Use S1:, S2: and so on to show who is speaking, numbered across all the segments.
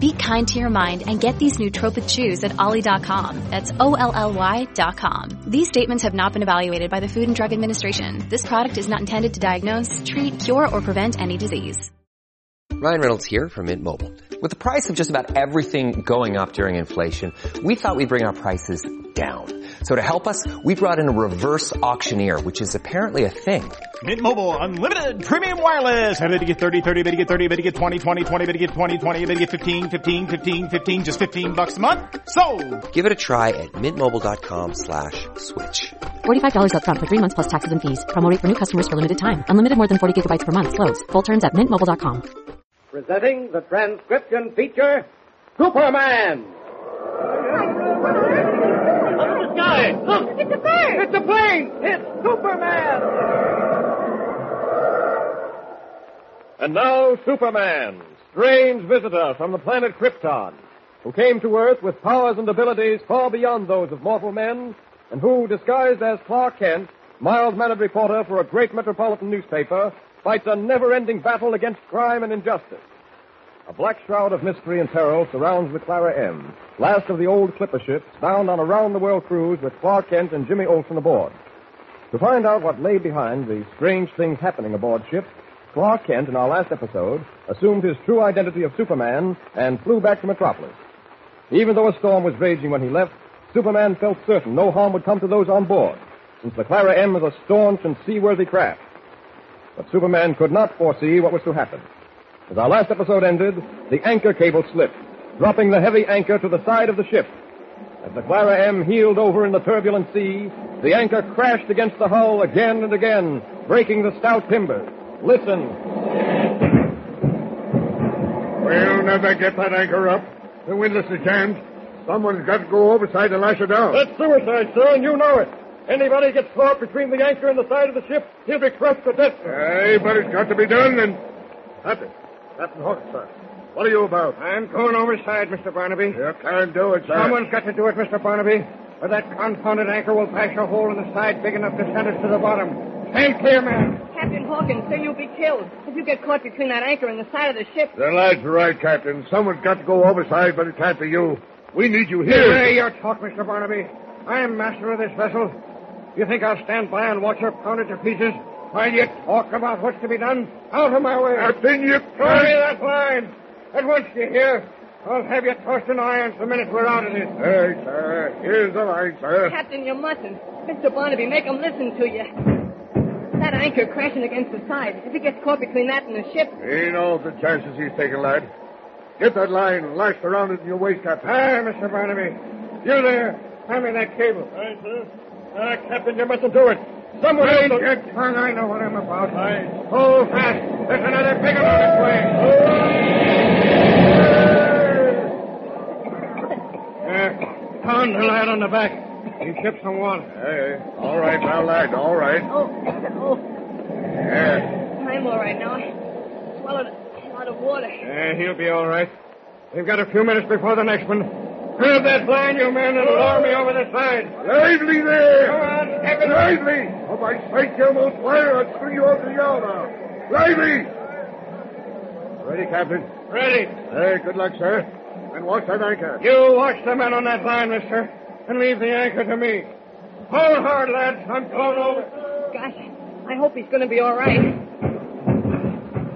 S1: Be kind to your mind and get these nootropic chews at ollie.com. That's O-L-L-Y dot com. These statements have not been evaluated by the Food and Drug Administration. This product is not intended to diagnose, treat, cure, or prevent any disease.
S2: Ryan Reynolds here from Mint Mobile. With the price of just about everything going up during inflation, we thought we'd bring our prices down. So to help us, we brought in a reverse auctioneer, which is apparently a thing.
S3: Mint Mobile unlimited premium wireless. Ready to get 30, 30, bet you get 30, bet you get 20, 20, 20, bet you get 20, 20, bet you get 15, 15, 15, 15, just 15 bucks a month. So,
S2: Give it a try at mintmobile.com slash switch.
S4: $45 upfront for three months plus taxes and fees. Promo rate for new customers for limited time. Unlimited more than 40 gigabytes per month. Slows. Full terms at mintmobile.com.
S5: presenting the transcription feature Superman. Look at the sky! Look! It's a plane! It's a plane! It's Superman! And now, Superman, strange visitor from the planet Krypton, who came to Earth with powers and abilities far beyond those of mortal men, and who, disguised as Clark Kent, mild-mannered reporter for a great metropolitan newspaper, fights a never-ending battle against crime and injustice. A black shroud of mystery and peril surrounds the Clara M, last of the old clipper ships, bound on a round-the-world cruise with Clark Kent and Jimmy Olsen aboard. To find out what lay behind the strange things happening aboard ship, Clark Kent, in our last episode, assumed his true identity of Superman and flew back to Metropolis. Even though a storm was raging when he left, Superman felt certain no harm would come to those on board, since the Clara M is a staunch and seaworthy craft. But Superman could not foresee what was to happen. As our last episode ended, the anchor cable slipped, dropping the heavy anchor to the side of the ship. As the Clara M heeled over in the turbulent sea, the anchor crashed against the hull again and again, breaking the stout timbers. Listen.
S6: We'll never get that anchor up. The windlass is jammed. Someone's got to go overside and lash her down.
S5: That's suicide, sir, and you know it. Anybody gets caught between the anchor and the side of the ship, he'll be crushed to death.
S6: Aye, but it's got to be done, and... Captain. Captain Hawk, sir. What are you about?
S5: I'm going overside, Mr. Barnaby.
S6: You can't do it, sir.
S5: Someone's got to do it, Mr. Barnaby, or that confounded anchor will bash a hole in the side big enough to send us to the bottom. Stand clear, man.
S7: Captain Hawkins, sir, you'll be killed if you get caught between that anchor and the side of the ship.
S6: The lad's right, Captain. Someone's got to go overside, but it can't be you. We need you here.
S5: Hey, your talk, Mr. Barnaby. I'm master of this vessel. You think I'll stand by and watch her pounded to pieces while you talk about what's to be done? Out of my way.
S6: Captain, you
S5: Throw me
S6: can't...
S5: that line. At once, you hear? I'll have you tossed in irons the minute we're out of this.
S6: Aye, sir. Here's the line, sir.
S7: Captain, you mustn't. Mr. Barnaby, make him listen to you. That anchor crashing against the side. If he gets caught between that and the ship,
S6: He knows the chances he's taking, lad. Get that line and lash around it in your waist, Captain.
S5: Hi, Mr. Barnaby. You there. Hand me that cable. Aye, sir. Ah, Captain, you mustn't do it. Someone else. Will... Your tongue. I know what I'm about. Aye. Hold fast. There's another bigger one this way. Uh, pound the lad on the back. He ships some water.
S6: Hey, all right now, lad. All right.
S7: oh, oh,
S6: Yeah.
S7: I'm all right now. I swallowed a lot of water.
S5: Uh, he'll be all right. We've got a few minutes before the next one. Grab that line, you men, and lower me over the side.
S6: Lively
S5: Go
S6: there!
S5: on, step it up.
S6: Lively! Oh, my sight, you won't fire. I'll screw you over the yard now. Lively! Ready, Captain?
S5: Ready.
S6: Hey, good luck, sir. And watch that anchor.
S5: You watch the men on that line, mister, and leave the anchor to me. Hold hard, lads. I'm going over.
S7: Gosh, I hope he's going to be all right.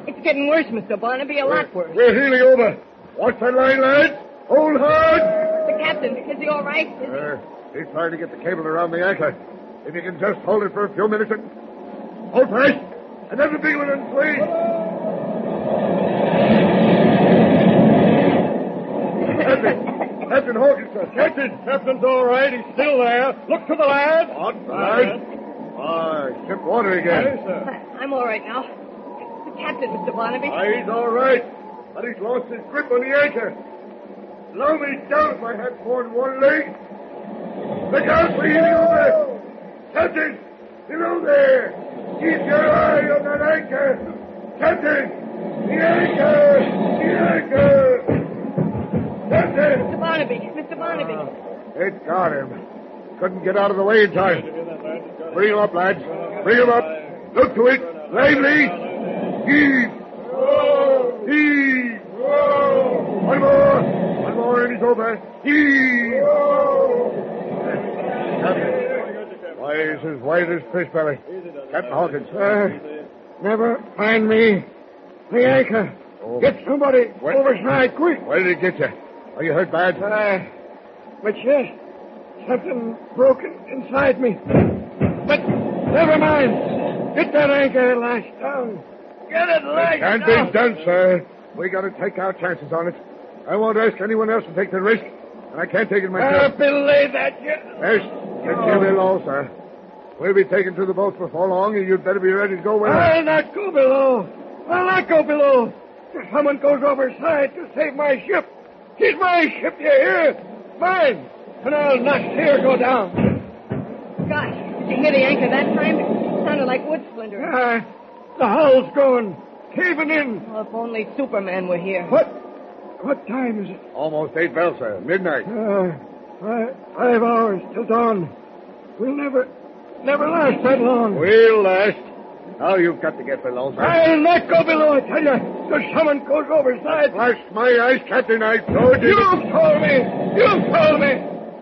S7: It's getting worse, Mr. Barnaby, a lot worse.
S6: We're heeling over. Watch that line, lad. Hold hard!
S7: The captain, is he all right? Is
S6: Uh,
S5: Keep trying to get the cable around the anchor. If you can just hold it for a few minutes and... Hold tight! And then the big one and please! Captain! Captain Hawkinson!
S8: Captain, Captain's all right. He's still there. Look to the lad.
S5: On guard. Ah, ship water
S8: Yes,
S5: again.
S8: sir.
S7: I'm all right now. The captain, Mr. Barnaby.
S5: Ah, he's all right, but he's lost his grip on the anchor. Blow me down if I had more than one leg. Look out for you, over. Captain, below there. Keep your eye on that anchor. Captain, the anchor, the anchor. Captain.
S7: Mr. Barnaby, Mr. Barnaby.
S5: It got him. Couldn't get out of the way in time. Bring him up, lads. Bring him up. Look to it. Lively. Heave. Heave. One more. One more and he's over. Heave. Captain. Why, he's as white as fish belly. Captain Hawkins. Uh, never mind me. The anchor. Get somebody overside quick. Oh. Where did it get you? Are you hurt bad? But yes, something broken inside me. But never mind. Get that anchor lashed down. Get it lashed down. Can't be done, sir. We got to take our chances on it. I won't ask anyone else to take the risk, and I can't take it myself. I believe that, you. Yes, it's you below, sir. We'll be taken to the boat before long, and you'd better be ready to go with us. I'll not go below. I'll not go below. If someone goes overside to save my ship, it's my ship, you hear? Mine. And I'll knock here go down.
S7: Gosh, did you hear the anchor that time? It sounded like wood splinters.
S5: Ah, the hull's going, caving in.
S7: Well, Oh, if only Superman were here.
S5: What? What time is it? Almost eight bells, sir. Midnight. Uh, five, five hours till dawn. We'll never, never last that long. We'll last. Now you've got to get below, sir. I'll not go below, I tell you. If someone goes overside. Flash my eyes, Captain. I told you. You've told me. You've told me.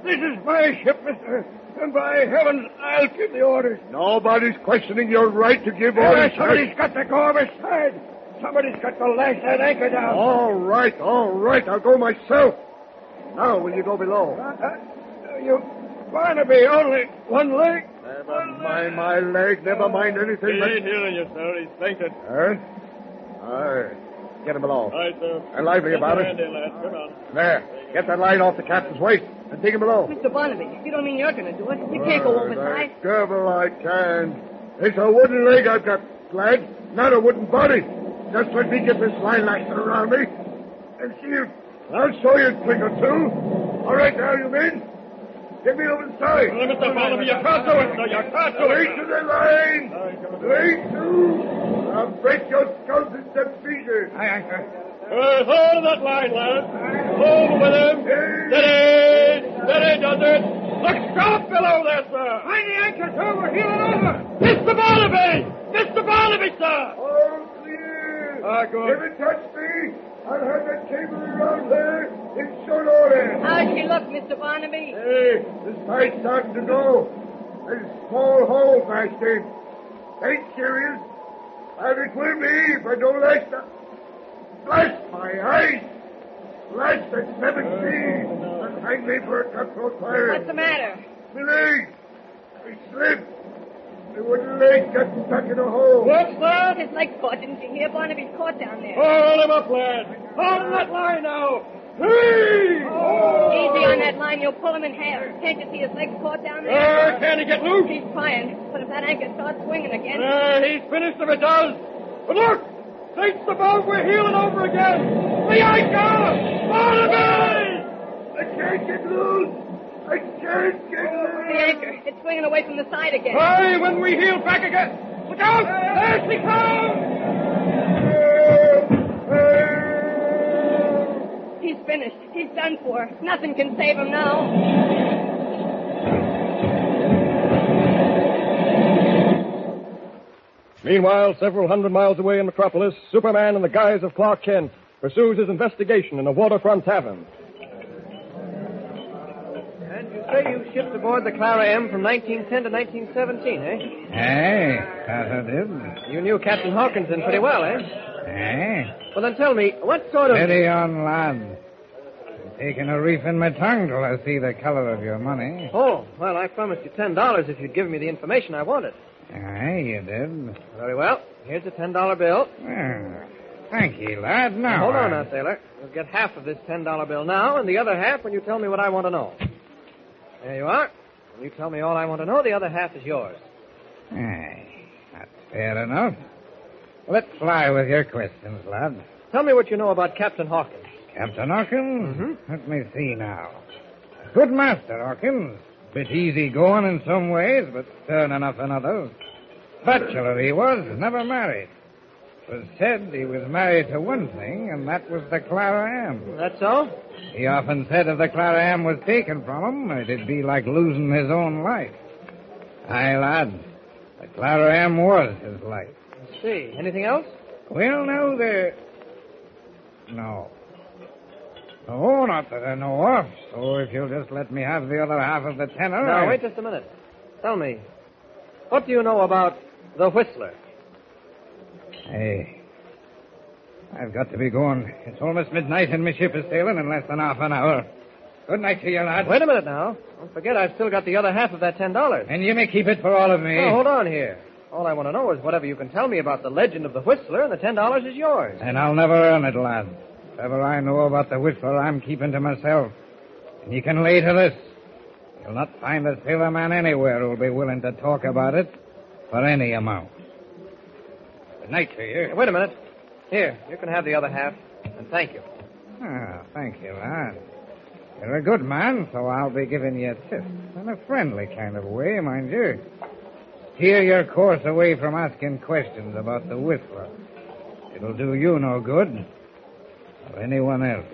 S5: This is my ship, mister. And by heavens, I'll give the orders. Nobody's questioning your right to give orders. somebody's got to go overside. Somebody's got to lash that anchor down. All right, all right. I'll go myself. Now, will you go below? Uh, you, Barnaby, only one leg. Never mind my leg. Never mind anything. but-
S8: hearing you, sir. He's fainted.
S5: Huh? Aye. Get him below.
S8: right, sir.
S5: And lively about it.
S8: Come on.
S5: There. Get that line off the captain's waist and take him below.
S7: Mr. Barnaby, if you don't mean you're going to do it, you can't go overside.
S5: Right, devil, I can. It's a wooden leg I've got, lad, not a wooden body. Just let me get this line lashed around me. And see you. I'll show you a trick or two. All right, now, you men. Get me over the side.
S8: Look at the bottom. You can't do it, sir. You can't do
S5: Wait
S8: it.
S5: to the line. Wait to. I'll break your skulls into pieces.
S8: Uh, hold that line, lad. Hold with him.
S5: Hey.
S8: Steady. Steady, does it? Look sharp below there, sir.
S5: Find the anchor, sir. We're heeling over.
S8: Mr. Barnaby! Mr. Barnaby, sir!
S5: All clear.
S8: Ah, go on.
S5: If it touch me, I'll have that cable around there in short order.
S7: How's she look, Mr. Barnaby?
S5: Hey, this tide's starting to go. There's a small hole, Master. Ain't serious. And it will be if I don't lash the... Blast my eyes! Blast the seven seas! And hang me for a cutthroat
S7: What's
S5: pirate.
S7: the matter?
S5: My leg! I slipped. My wooden leg got stuck in a hole.
S7: sir? His leg's caught. Didn't you hear Barnaby's caught down there?
S8: Hold him up, lad! Hold that line now! Hey!
S5: Oh.
S7: Easy on that line. You'll pull him in half. Can't you see his leg's caught down there?
S8: Uh, can he get loose?
S7: He's trying. But if that anchor starts swinging again,
S8: Uh, he's finished if it does. But look! Sinks the boat, we're heeling over again! The anchor! Barnaby!
S5: I can't get loose! I can't get
S7: the
S5: loose!
S7: anchor, it's swinging away from the side again.
S8: Hey, when we heel back again! Look out! There she comes!
S7: He's finished. He's done for. Nothing can save him now.
S8: Meanwhile, several hundred miles away in Metropolis, Superman, in the guise of Clark Kent, pursues his investigation in a waterfront tavern.
S9: And you say you shipped aboard the Clara M from 1910 to 1917, eh?
S4: Hey, positive.
S9: You knew Captain Hawkinson pretty well, eh?
S4: Hey,
S9: Well, then tell me, what sort of...
S4: pity on lad. Taking a reef in my tongue till I see the color of your money.
S5: Oh, well, I promised you ten dollars if you'd give me the information I wanted.
S4: Aye, you did.
S5: Very well. Here's a ten dollar bill.
S4: Ah, thank you, lad. Now. uh,
S5: Hold on
S4: I-
S5: now, sailor. You'll get half of this ten dollar bill now, and the other half when you tell me what I want to know. There you are. When you tell me all I want to know, the other half is yours. uh,
S4: Aye, that's fair enough. Let's fly with your questions, lad.
S5: Tell me what you know about Captain Hawkins.
S4: Captain Hawkins, let me see now. Good master, Hawkins. Bit easy going in some ways, but stern enough in others. Bachelor he was, never married. 'Twas said he was married to one thing, and that was the Clara Ann.
S5: That so?
S4: He often said if the Clara Ann was taken from him, it'd be like losing his own life. Aye, lad. The Clara Ann was his life.
S5: Let's see. Anything else?
S4: Well, now there. No. No, not that I know of. So if you'll just let me have the other half of the tenor.
S5: now,
S4: I-
S5: wait just a minute. Tell me, what do you know about the Whistler?
S4: Hey. I've got to be going. It's almost midnight and my ship is sailing in less than half an hour. Good night to you, lad.
S5: Wait a minute now. Don't forget I've still got the other half of that ten dollars.
S4: And you may keep it for all of me.
S5: Now, hold on here. All I want to know is whatever you can tell me about the legend of the Whistler, and the ten dollars is yours.
S4: And I'll never earn it, lad. If ever I know about the whistler, I'm keeping to myself. And you can lay to this. You'll not find a sailor man anywhere who'll be willing to talk about it for any amount. Good night to you.
S5: Wait a minute. Here, you can have the other half, and thank you.
S4: Ah, thank you, lad. You're a good man, so I'll be giving you a tip. In a friendly kind of way, mind you. Steer your course away from asking questions about the whistler. It'll do you no good. Or anyone else.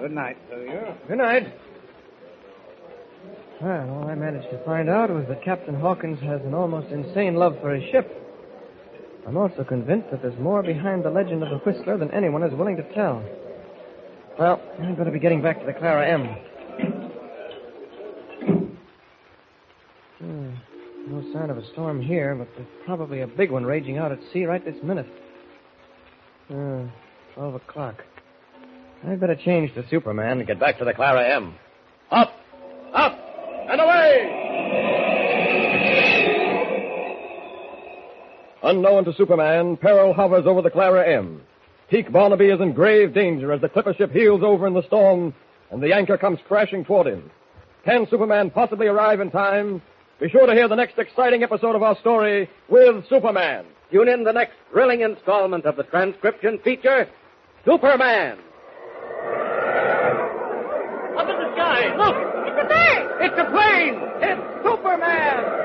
S4: Good night to you.
S5: Good night. Well, all I managed to find out was that Captain Hawkins has an almost insane love for his ship. I'm also convinced that there's more behind the legend of the Whistler than anyone is willing to tell. Well, I'm going to be getting back to the Clara M. Hmm, no sign of a storm here, but there's probably a big one raging out at sea right this minute. Uh, 12 o'clock. I'd better change to Superman to get back to the Clara M. Up! Up! And away!
S10: Unknown to Superman, peril hovers over the Clara M. Peak Barnaby is in grave danger as the clipper ship heels over in the storm and the anchor comes crashing toward him. Can Superman possibly arrive in time? Be sure to hear the next exciting episode of our story with Superman.
S11: Tune in the next thrilling installment of the transcription feature, Superman.
S12: Up in the sky. Look! It's a bird! It's a plane! It's Superman!